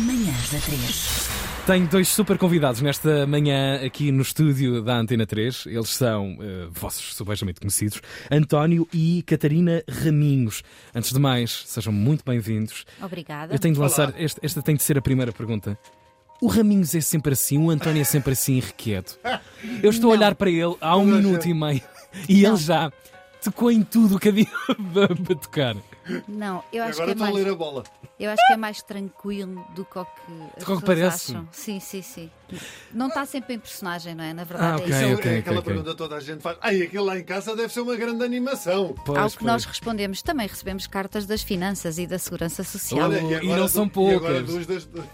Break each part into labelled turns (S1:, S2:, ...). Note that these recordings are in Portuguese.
S1: Manhãs da 3.
S2: Tenho dois super convidados nesta manhã aqui no estúdio da Antena 3. Eles são eh, vossos subejamente conhecidos, António e Catarina Raminhos. Antes de mais, sejam muito bem-vindos.
S1: Obrigada.
S2: Eu tenho de lançar, esta, esta tem de ser a primeira pergunta. O Raminhos é sempre assim, o António é sempre assim, requieto. Eu estou a olhar para ele há um minuto e meio e ele já tocou em tudo o que havia para tocar.
S1: Não, eu acho, que
S3: Agora
S1: é
S3: estou a
S1: mais,
S3: ler a bola.
S1: eu acho que é mais tranquilo do que o que as
S2: que
S1: pessoas
S2: parece.
S1: acham. Sim, sim, sim. Não está sempre em personagem, não é? Na
S2: Ah,
S1: verdade
S2: ok,
S1: é isso.
S2: ok,
S3: é aquela
S2: ok.
S3: pergunta que toda a gente faz. Ai, aquilo lá em casa deve ser uma grande animação.
S1: Ao
S2: Pois,
S1: que
S2: pois.
S1: nós respondemos, também recebemos cartas das finanças e da segurança social.
S3: Olha,
S2: e não
S3: do-
S2: são
S3: E agora
S2: poucas.
S3: duas das, das,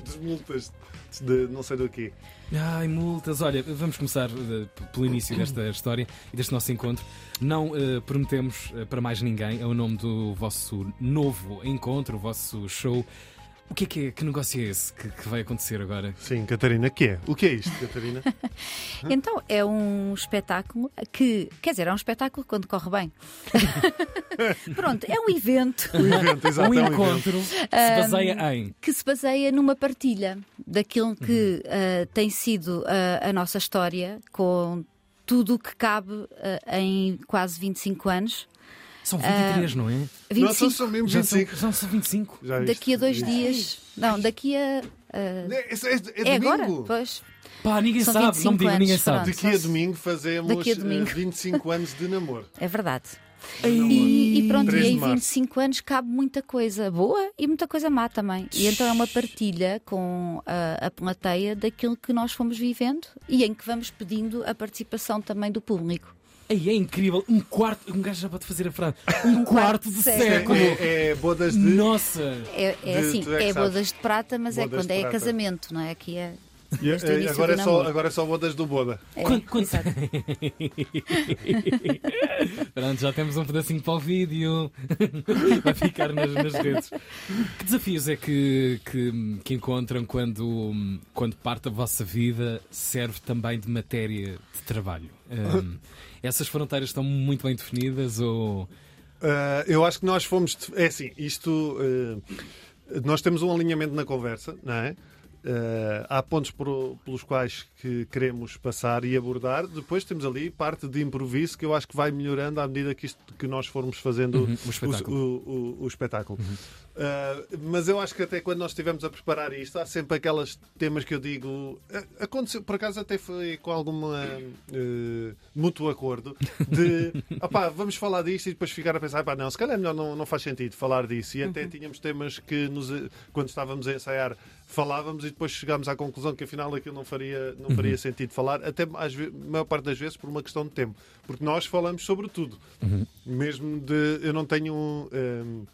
S3: das multas de não sei do quê.
S2: Ai, multas. Olha, vamos começar eh, p- pelo início desta história e deste nosso encontro. Não eh, prometemos eh, para mais ninguém, é o nome do vosso novo encontro, o vosso show. O que é que é? Que negócio é esse que, que vai acontecer agora?
S3: Sim, Catarina, que é? O que é isto, Catarina?
S1: Então é um espetáculo que, quer dizer, é um espetáculo quando corre bem. Pronto, é um evento
S3: um evento, exato.
S2: um
S3: é um evento.
S2: encontro que se baseia em.
S1: que se baseia numa partilha daquilo
S3: Uhum.
S1: que ah, tem sido ah, a nossa história com tudo o que cabe ah, em quase 25 anos.
S2: São 23, não é?
S3: Nós só
S1: 25
S3: somos
S2: Já são,
S3: 25.
S2: já são 25.
S3: Já é viste?
S1: daqui a dois dias. Não, daqui a. ah,
S3: É, é, é,
S1: é agora?
S3: domingo.
S1: Pois.
S2: Pá, ninguém
S1: São
S2: sabe, não
S1: 25
S2: me diga, ninguém
S1: anos,
S2: sabe.
S3: Daqui a domingo fazemos
S1: Daqui a domingo.
S3: eh, 25 anos de namoro.
S1: É verdade. E, e pronto,
S3: Três
S1: e
S3: de
S1: em
S3: março.
S1: 25 anos cabe muita coisa boa e muita coisa má também. E então é uma partilha com eh, a, a plateia daquilo que nós fomos vivendo e em que vamos pedindo a participação também do público.
S2: Aí é incrível, um quarto. Um gajo já pode fazer a frase. Um quarto de século.
S3: É, é bodas de.
S2: Nossa!
S1: É, é
S3: De-
S1: assim,
S3: tu é que
S1: é
S3: sabes.
S1: bodas de prata, mas é
S3: Bodas
S1: quando
S3: de
S1: é
S3: prata.
S1: casamento, não é? Aqui é.
S3: E,
S1: Este é o
S3: eh,
S1: início
S3: agora, é
S1: do
S3: só,
S1: namoro.
S3: agora é só bodas do boda.
S1: é,
S2: Quando- quando-
S1: exato.
S2: Pronto, já temos um pedacinho para o vídeo. Vai ficar nas, nas redes. Que desafios é que, que, que encontram quando, quando parte da vossa vida serve também de matéria de trabalho? Hum, essas fronteiras estão muito bem definidas ou.
S3: Uh, eu acho que nós fomos. É assim, isto. uh, nós temos um alinhamento na conversa, não é? Uh, há pontos por- pelos quais que queremos passar e abordar. Depois temos ali parte de improviso que eu acho que vai melhorando à medida que, isto, que nós formos fazendo
S2: Uhum, o espetáculo.
S3: o- o- o espetáculo. Uh, mas eu acho que até quando nós estivemos a preparar isto, há sempre aqueles temas que eu digo. a- Aconteceu, por acaso até foi com alguma uh, mútuo acordo de opá, vamos falar disto e depois ficar a pensar, "Epá, não, se calhar é melhor não, não faz sentido falar disso. E até tínhamos temas que nos, quando estávamos a ensaiar falávamos e depois chegámos à conclusão que afinal aquilo não faria, não
S1: Uhum.
S3: faria sentido falar, até às ve- maior parte das vezes por uma questão de tempo. Porque nós falamos sobre tudo.
S1: Uhum.
S3: Mesmo de. Eu não tenho. hum,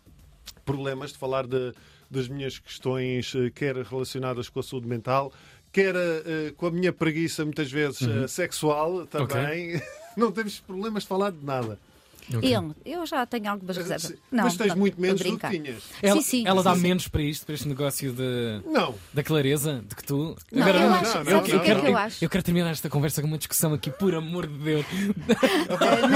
S3: problemas de falar de- das minhas questões, eh, quer relacionadas com a saúde mental, quer eh, com a minha preguiça, muitas vezes
S1: Uhum.
S3: eh, sexual também. Não temos problemas de falar de nada. Eh,
S1: Ele, eu já tenho algumas reservas. Não,
S3: Mas tens
S1: não,
S3: muito
S1: tô
S3: menos do que
S1: brincar.
S3: tinhas.
S2: Ela,
S1: Sim, sim.
S2: ela dá
S1: sim, sim.
S2: menos para isto, para este negócio de.
S3: Não.
S2: Da clareza de que tu.
S1: Não,
S2: Agora,
S1: eu
S3: não,
S1: acho.
S3: não,
S1: sabes o que
S3: não,
S1: é
S2: quero,
S1: que eu acho?
S2: eu quero terminar esta conversa com uma discussão aqui, por amor de Deus.
S1: Eh,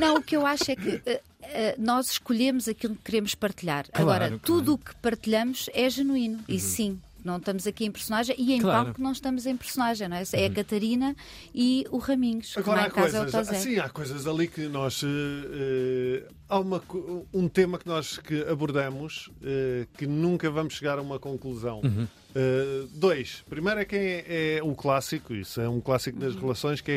S1: não, não, o que eu acho é que eh, eh, nós escolhemos aquilo que queremos partilhar.
S2: Claro,
S1: Agora,
S2: claro. Uhum.
S1: tudo o que partilhamos é genuíno. E sim, não estamos aqui em personagem e em
S2: Claro. Uhum.
S1: palco não estamos em personagem, não é? É a Catarina e o Raminhos. que
S3: Agora
S1: lá
S3: há
S1: em casa é o
S3: coisas, Ah,
S1: Tozé.
S3: sim, há coisas ali que nós eh, eh, há uma co- um tema que nós que abordamos eh, que nunca vamos chegar a uma conclusão.
S2: Uhum.
S3: Eh, dois, primeiro é quem é, é um clássico, isso é um clássico das
S1: Uhum.
S3: relações que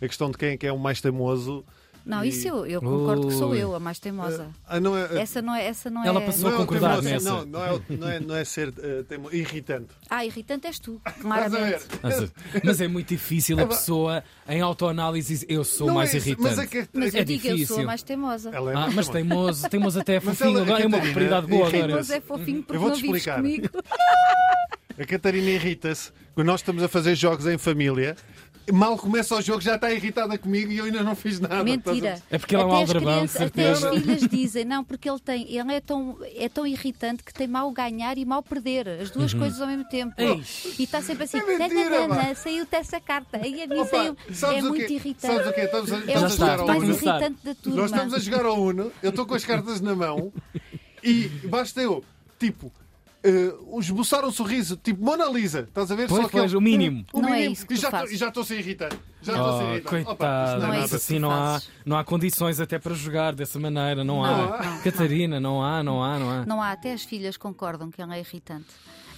S3: é a questão de quem é que é o mais teimoso.
S1: Não,
S3: e-
S1: isso eu, eu concordo que sou
S2: Ui.
S1: eu, a mais teimosa.
S3: Ah, não é,
S1: Essa não é. Essa não
S2: Ela
S1: é...
S2: passou-
S3: não é o
S2: concordar
S3: teimoso,
S2: nessa.
S3: Não, não é, o- não é- não é ser eh, teimo- irritante.
S1: Ah, irritante és tu,
S3: Estás a ver?
S1: claramente.
S2: Mas, mas é muito difícil a pessoa em autoanálise dizer, eu sou
S3: Não
S2: mais
S3: é isso,
S2: irritante.
S3: Mas, é que-
S1: Mas
S2: É
S1: eu digo, eu sou
S2: difícil.
S1: a mais teimosa.
S3: ela é
S2: Ah,
S3: muito
S2: mas
S3: má.
S2: teimoso, teimoso até é fofinho,
S3: ela- né?
S2: agora é uma
S3: Catarina,
S2: teimoso boa agora.
S1: Mas é fofinho porque
S3: assim. Eu vou-te
S1: não vives
S3: explicar.
S1: comigo.
S3: A Catarina irrita-se quando nós estamos a fazer jogos em família. Mal começa o jogo, já está irritada comigo e eu ainda não fiz nada.
S1: Mentira.
S2: É porque ele é um
S1: até as,
S2: aldrabão, de
S1: crianças, até as
S2: certeza.
S1: filhas dizem, não, porque ele tem, ele é tão, é tão irritante que tem mal ganhar e mal perder, as duas coisas ao mesmo tempo.
S2: Eish.
S1: E está sempre assim,
S3: Uhum. É mentira,
S1: "Tananana, saiu-te essa carta. Aí a mim
S3: Opa,
S1: saiu.
S3: sabes
S1: É
S3: o
S1: muito
S3: quê?
S1: irritante.
S3: Sabes o quê? Estamos a-
S1: é
S3: estamos
S1: o
S3: a jogar
S1: ponto
S3: ao
S1: mais
S3: Uno.
S1: irritante da turma.
S3: Nós estamos a jogar ao Uno, eu estou com as cartas na mão e basta eu, tipo, eh, esboçar um sorriso, tipo Mona Lisa, estás a ver?
S2: Pois,
S3: Só que
S2: pois,
S3: ele-
S2: o mínimo.
S3: o
S1: Não é
S3: mínimo.
S1: isso que
S3: e
S1: tu
S3: já tô-
S1: fazes.
S3: e já estou sem irritar. Já estou sem
S2: Oh,
S3: irritar. assim, Opa,
S2: coitado,
S3: isto não é
S1: Não é
S3: nada.
S1: isso
S2: assim
S1: que
S2: não há,
S1: fazes.
S2: não há condições até para jogar dessa maneira, não,
S3: Não
S2: há. Catarina, não há, não há, não há.
S1: Não há, até as filhas concordam que ela é irritante.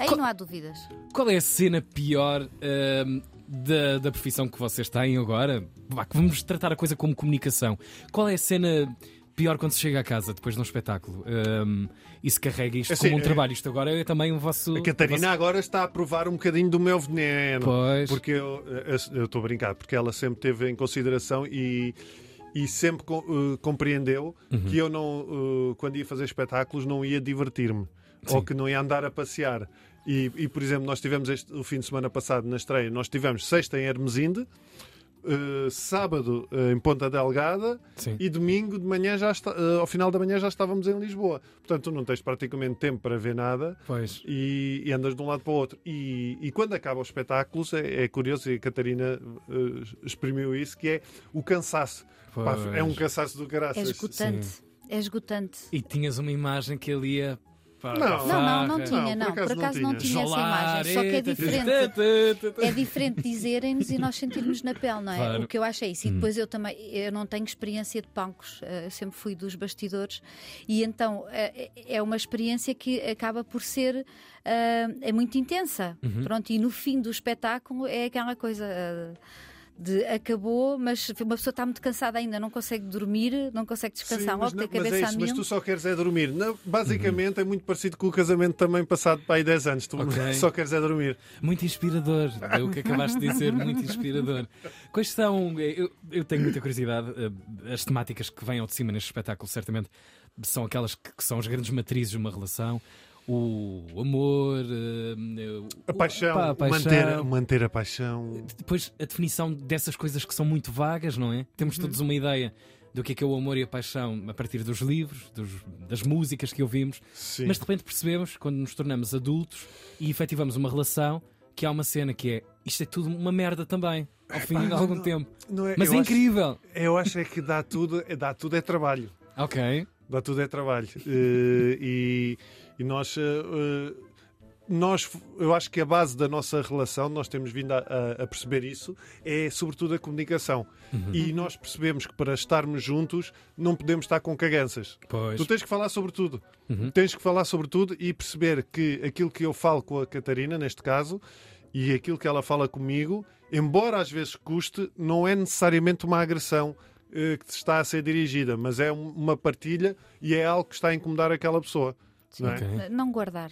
S1: Aí não há dúvidas.
S3: Ah,
S2: Qual é a cena pior ahm, da, da profissão que vocês têm agora? Vá, que Vamos tratar a coisa como comunicação. Qual é a cena pior quando se chega a casa depois de um espetáculo Ahm, e se carrega isto
S3: Assim,
S2: como um
S3: é-
S2: trabalho? Isto agora é também o vosso.
S3: A Catarina agora está a provar um bocadinho do meu veneno.
S2: Pois.
S3: Porque eu eu- eu estou a brincar, porque ela sempre teve em consideração e, e sempre co- eh, compreendeu
S2: Uhum.
S3: que eu não, eh, quando ia fazer espetáculos, não ia divertir-me ou que não ia andar a passear. E, e, por exemplo, nós tivemos este, o fim de semana passado na estreia, nós tivemos sexta em Hermesinde, eh, sábado eh, em Ponta Delgada
S2: Sim.
S3: e domingo de manhã já está- eh, ao final da manhã já estávamos em Lisboa. Portanto, tu não tens praticamente tempo para ver nada
S2: Pois.
S3: e, e andas de um lado para o outro. E, e quando acaba os espetáculos, é, é curioso, e a Catarina eh, exprimiu isso, que é o cansaço. Pá,
S2: Pois.
S3: é um cansaço do
S1: É
S3: graças.
S1: esgotante. É esgotante.
S2: E tinhas uma imagem que ele ia. Para
S3: Não.
S2: a
S1: Não, não, não
S2: farra,
S1: tinha, não. Por acaso não tinha essa
S2: jolar,
S1: imagem. Só que é
S2: eita,
S1: diferente.
S2: tata, tata.
S1: É diferente dizerem-nos e nós sentirmos na pele, não é?
S2: Claro. Hum.
S1: O que eu acho é isso. E depois eu também, eu não tenho experiência de palcos, eh, eu sempre fui dos bastidores, e então eh, é uma experiência que acaba por ser eh, é muito intensa.
S2: Uhum.
S1: Pronto, e no fim do espetáculo é aquela coisa. eh, de acabou, mas uma pessoa está muito cansada ainda, não consegue dormir, não consegue descansar,
S3: Sim, mas
S1: logo
S3: não-
S1: tem a
S3: mas
S1: cabeça
S3: é
S1: a
S3: isso, mas
S1: mil.
S3: tu só queres é dormir. Não, basicamente é muito parecido com o casamento também passado para aí 10 anos. Tu
S2: Uhum. Ok.
S3: só queres é dormir.
S2: Muito inspirador, é o que acabaste de dizer, muito inspirador. Quais são, eh, eu, eu tenho muita curiosidade, eh, as temáticas que vêm ao de cima neste espetáculo, certamente são aquelas que, que são as grandes matrizes de uma relação. O amor, eh, o-
S3: A paixão,
S2: pá, a paixão.
S3: Manter, manter a paixão.
S2: Depois a definição dessas coisas que são muito vagas, não é? Temos todos uma ideia do que é, que é o amor e a paixão a partir dos livros, dos- das músicas que ouvimos,
S3: Sim.
S2: mas de repente percebemos, quando nos tornamos adultos e efetivamos uma relação, que há uma cena que é isto é tudo uma merda também, ao fim de
S3: não,
S2: algum
S3: não.
S2: tempo.
S3: Não é-
S2: Mas
S3: eu
S2: é
S3: acho-
S2: incrível.
S3: eu acho é que dá tudo, é- dá tudo é trabalho.
S2: Ok.
S3: Dá tudo é trabalho. Eh, e, e nós, eh, eh, nós, eu acho que a base da nossa relação, nós temos vindo a, a- a perceber isso, é sobretudo a comunicação. E nós percebemos que para estarmos juntos não podemos estar com caganças.
S2: Pois. Uhum.
S3: Tu tens que falar sobre tudo. Tens que falar sobre tudo e perceber que aquilo que eu falo com a Catarina, neste caso, e aquilo que ela fala comigo, embora às vezes custe, não é necessariamente uma agressão eh, que te está a ser dirigida, mas é um- uma partilha e é algo que está a incomodar aquela pessoa.
S1: Sim.
S3: não é?
S2: Ok.
S1: Não guardar.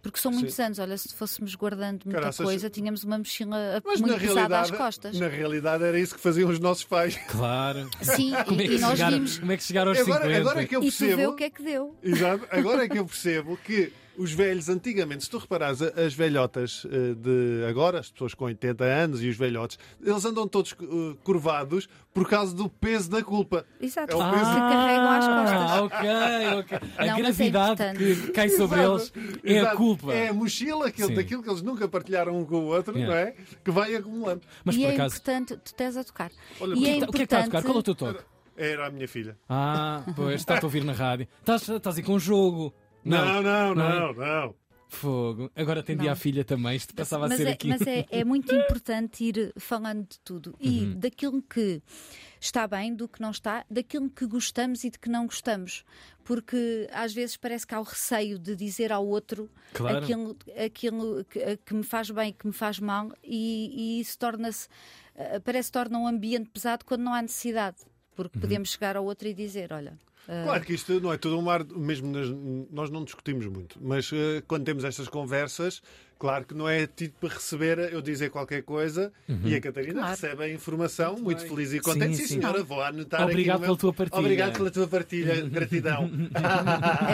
S1: Porque são muitos anos, olha, se fôssemos guardando muita
S3: Caraças.
S1: coisa, tínhamos uma mochila eh,
S3: Mas
S1: muito
S3: na
S1: pesada às
S3: realidade,
S1: costas.
S3: na realidade era isso que faziam os nossos pais.
S2: Claro.
S1: Sim,
S2: Como é
S1: e,
S2: que
S1: e nós
S2: chegaram,
S1: vimos.
S2: como é que chegaram aos
S3: Agora,
S2: 50?
S3: agora é que eu
S1: E tu vê o
S3: percebo.
S1: que é que deu.
S3: Exato. Agora é que eu percebo que os velhos antigamente, se tu reparares, a- as velhotas eh, de agora, as pessoas com 80 anos e os velhotes, eles andam todos eh, curvados por causa do peso da culpa.
S1: Exato,
S3: É o
S1: que
S3: peso.
S1: se carregam às costas.
S2: Ah, ok, ok. A
S1: Não, mas é
S2: gravidade
S1: importante.
S2: que cai sobre
S3: Exato.
S2: eles é a
S3: Exato.
S2: culpa.
S3: É a mochila que,
S2: Sim.
S3: daquilo que eles nunca partilharam um com o outro,
S2: Yeah.
S3: não é? Que vai acumulando.
S2: Mas
S1: e
S2: por
S1: é
S2: acaso.
S1: importante, tu estás a tocar.
S3: Olha,
S1: e é
S2: O que é que está a
S1: importante.
S2: tocar? Qual é o teu toque?
S3: Era a minha filha.
S2: Ah, pois, está-te a ouvir na rádio. Estás, estás aí com um jogo.
S3: Não, não,
S2: não é?
S3: não, não.
S2: Fogo. Agora atendi
S1: Não.
S2: à filha também. Isto passava
S1: mas
S2: a ser
S1: é,
S2: aqui.
S1: mas é- é muito importante ir falando de tudo e
S2: Uhum.
S1: daquilo que está bem, do que não está, daquilo que gostamos e de que não gostamos. Porque às vezes parece que há o receio de dizer ao outro
S2: Claro.
S1: aquilo, aquilo que, que me faz bem e que me faz mal, e, e isso torna-se, eh, parece que torna um ambiente pesado quando não há necessidade. Porque
S2: Uhum.
S1: podemos chegar ao outro e dizer: Olha, eh,
S3: Claro que isto não é tudo um mar, mesmo nas- nós não discutimos muito, mas eh, quando temos estas conversas, claro que não é tido para receber eu dizer qualquer coisa e a Catarina
S1: Claro.
S3: recebe a informação muito feliz e contente. Sim,
S2: Uhum. sim.
S3: senhora, vou anotar
S2: Obrigado
S3: aqui. no meu-
S2: pela tua partilha.
S3: Obrigado pela tua partilha, gratidão.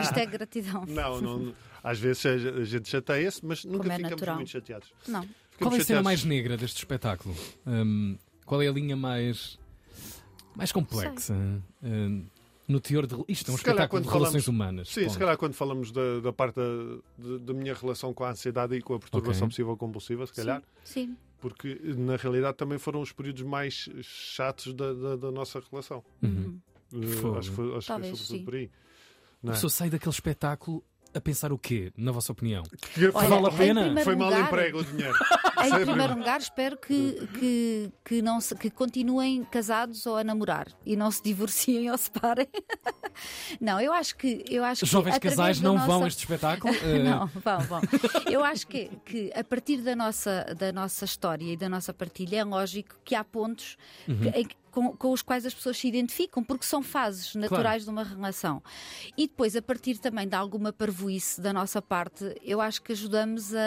S1: esta é gratidão.
S3: Ah. não, não, às vezes a gente chateia-se, mas nunca
S1: Como é
S3: ficamos
S1: natural.
S3: muito chateados.
S1: Não.
S2: Qual
S3: Ficamos
S2: é a cena
S3: chateados.
S2: mais negra deste espetáculo? Hum, qual é a linha mais. mais complexa? Hum, no teor de. Isto é um
S3: Se calhar
S2: espetáculo de
S3: quando
S2: relações
S3: falamos-
S2: humanas.
S3: Sim,
S2: ponto.
S3: se calhar quando falamos da, da parte da, de- da minha relação com a ansiedade e com a perturbação
S2: Ok.
S3: possível compulsiva, se calhar.
S1: Sim.
S3: porque na realidade também foram os períodos mais chatos da, da- da nossa relação.
S2: Uhum.
S3: Eh,
S2: Fogo.
S3: acho que foi, acho
S1: Talvez,
S3: que foi sobretudo
S1: sim.
S3: por aí.
S2: A
S3: Não é?
S2: pessoa sai daquele espetáculo a pensar o quê, na vossa opinião?
S3: Que
S1: Olha,
S3: vale a
S1: em
S3: pena.
S1: primeiro
S3: Foi mal
S1: lugar-
S3: emprego o dinheiro.
S1: Em
S3: Sempre.
S1: primeiro lugar, espero que, que, que, não se- que continuem casados ou a namorar e não se divorciem ou separem. Não, eu acho que. Eu acho
S2: Os jovens
S1: que, através
S2: casais
S1: da
S2: não vão
S1: nossa-
S2: a este espetáculo? Eh,
S1: Não, vão, vão. Eu acho que, que a partir da nossa, da nossa história e da nossa partilha é lógico que há pontos
S2: Uhum.
S1: que- em que- com, com os quais as pessoas se identificam, porque são fases naturais de uma relação. E depois, a partir também de alguma parvoíce da nossa parte, eu acho que ajudamos a.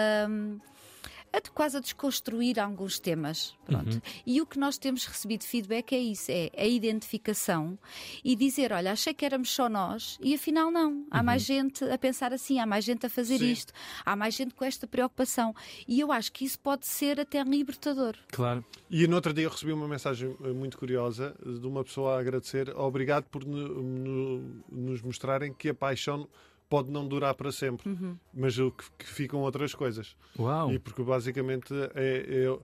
S1: a de- quase a desconstruir alguns temas. Pronto.
S2: Uhum.
S1: E o que nós temos recebido feedback é isso: é a identificação e dizer, olha, achei que éramos só nós e afinal não.
S2: Uhum.
S1: Há mais gente a pensar assim, há mais gente a fazer
S3: Sim.
S1: isto, há mais gente com esta preocupação. E eu acho que isso pode ser até libertador.
S2: Claro.
S3: E no outro dia eu recebi uma mensagem eh, muito curiosa eh, de uma pessoa a agradecer. Obrigado por no- no- nos mostrarem que a paixão pode não durar para sempre,
S1: Uhum.
S3: mas o que, que ficam outras coisas.
S2: Uau.
S3: E porque basicamente é, é-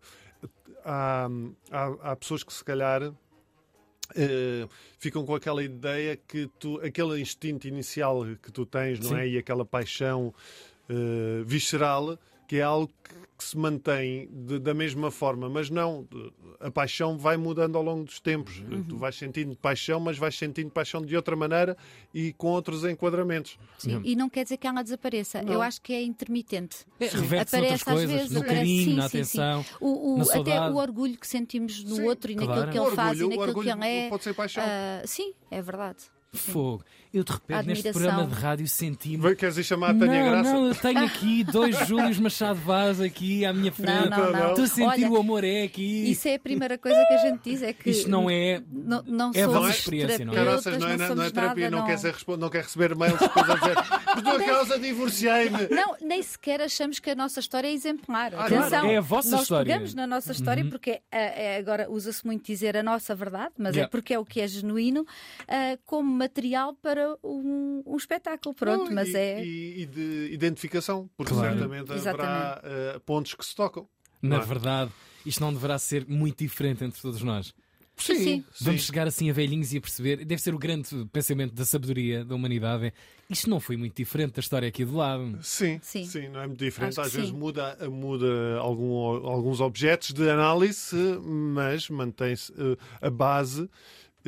S3: há, há, há pessoas que se calhar eh, ficam com aquela ideia que tu, aquele instinto inicial que tu tens, não
S2: Sim.
S3: é? E aquela paixão eh, visceral que é algo que, que se mantém de- da mesma forma, mas não, a paixão vai mudando ao longo dos tempos. Tu vais sentindo paixão, mas vais sentindo paixão de outra maneira e com outros enquadramentos.
S2: Sim.
S1: E não quer dizer que ela desapareça. Eu acho que é intermitente.
S2: É, Reverte-se
S1: Eh, Aparece
S2: noutras
S1: às
S2: coisas,
S1: vezes,
S2: no
S1: aparece-
S2: carinho,
S1: sim,
S2: na
S1: sim, sim.
S2: atenção.
S1: O- o-
S2: Na
S1: até
S2: saudade.
S1: o orgulho que sentimos no
S3: Sim,
S1: outro e
S2: claro.
S1: naquilo que
S3: O
S1: ele faz e
S3: orgulho- o
S1: naquilo que
S3: orgulho
S1: ele é.
S3: pode um ser paixão.
S1: Ah, sim, é verdade. Sim.
S2: Fogo. Eu de repente neste
S1: Admiração.
S2: programa de rádio senti-me.
S3: Vem, Queres ir chamar a Tânia
S2: não,
S3: Graça?
S2: não, eu tenho aqui dois Júlios Machado Vaz aqui à minha frente.
S1: não,
S3: não.
S2: Estou a sentir
S1: Olha,
S2: o amor é aqui.
S1: Isso é a primeira coisa que a gente diz: é que
S2: Isto não é.
S1: Não, não
S2: É a vossa
S1: somos
S2: experiência, não é?
S1: terapeutas,
S3: Caraças, não é, não,
S1: somos
S3: é terapia,
S1: nada,
S3: não, Quer ser, respo- não quer receber mails depois a dizer por tua causa divorciei-me.
S1: Não, nem sequer achamos que a nossa história é exemplar.
S3: Ah,
S1: Atenção,
S2: claro, é a vossa
S1: nós
S2: história. Uhum.
S1: pegamos na nossa história porque é, é, agora usa-se muito dizer a nossa verdade, mas
S2: Yeah.
S1: é porque é o que é genuíno ah, como material para um, um espetáculo. Pronto,
S3: Não,
S1: mas
S3: e,
S1: é.
S3: E, e de identificação, porque
S2: Claro.
S3: certamente haverá eh, pontos que se tocam.
S2: Na
S3: Não é?
S2: verdade, isto não deverá ser muito diferente entre todos nós.
S1: Sim, sim.
S2: Vamos chegar assim a velhinhos e a perceber. Deve ser o grande pensamento da sabedoria da humanidade. é, Isto não foi muito diferente da história aqui do lado.
S3: Sim, sim,
S1: Sim.
S3: não é muito diferente.
S1: Acho
S3: Às
S1: que
S3: vezes
S1: sim.
S3: muda, muda algum- alguns objetos de análise, mas mantém-se eh, a base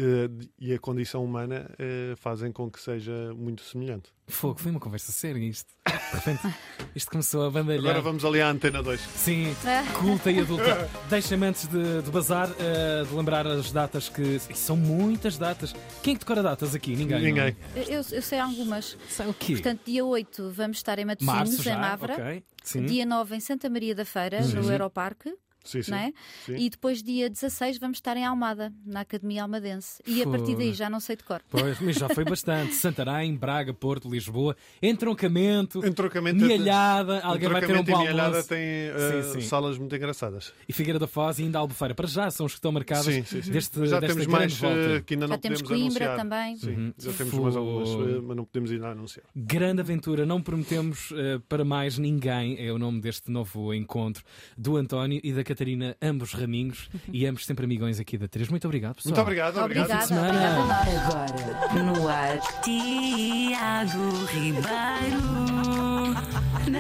S3: eh, de- e a condição humana eh, fazem com que seja muito semelhante.
S2: Fogo, foi uma conversa séria isto. De repente, isto começou a bandalhar.
S3: Agora vamos ali à antena 2.
S2: Sim, culta e adulta. Deixa-me antes de, de bazar, eh, de lembrar as datas que. São muitas datas. Quem é que decora datas aqui? Ninguém.
S3: Ninguém.
S1: Eu, eu sei algumas.
S2: não? Sabe o quê?
S1: Portanto, dia 8 vamos estar em
S2: Março
S1: Matosinhos,
S2: já,
S1: em Mavra.
S2: ok. Sim. Uhum.
S1: Dia 9 em Santa Maria da Feira, no Aeroparque.
S3: Sim, sim.
S1: não é?
S3: Sim.
S1: E depois, dia 16, vamos estar em Almada, na Academia Almadense. E a partir
S2: Fogo.
S1: daí já não sei de cor.
S2: Pois, mas já foi bastante. Santarém, Braga, Porto, Lisboa, entroncamento,
S3: Entrocamento
S2: Mialhada, alguém vai ter um
S3: Entroncamento
S2: bom
S3: e Mialhada
S2: almoço.
S3: tem eh,
S2: Sim, sim.
S3: salas muito engraçadas.
S2: E Figueira da Foz e ainda Albufeira. Para já são os que estão marcados
S3: Sim, sim, sim.
S2: deste
S3: Mas já
S2: desta
S3: temos
S2: grande
S3: mais
S2: volta. Uhum.
S3: eh, que ainda
S1: Já
S3: não
S1: temos
S3: podemos
S1: Coimbra
S3: anunciar.
S1: também.
S3: Sim, já temos
S2: Fogo.
S3: mais algumas, eh, mas não podemos ainda anunciar.
S2: Grande aventura, não prometemos eh, para mais ninguém, é o nome deste novo encontro do António e da Catarina, ambos raminhos e ambos sempre amigões aqui da 3. Muito obrigado, pessoal.
S3: Muito obrigado, obrigado.
S1: Obrigada.
S2: semana.
S1: Obrigada a nós.
S4: Agora no ar, Tiago Ribeiro.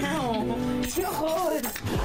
S4: Não, que horror!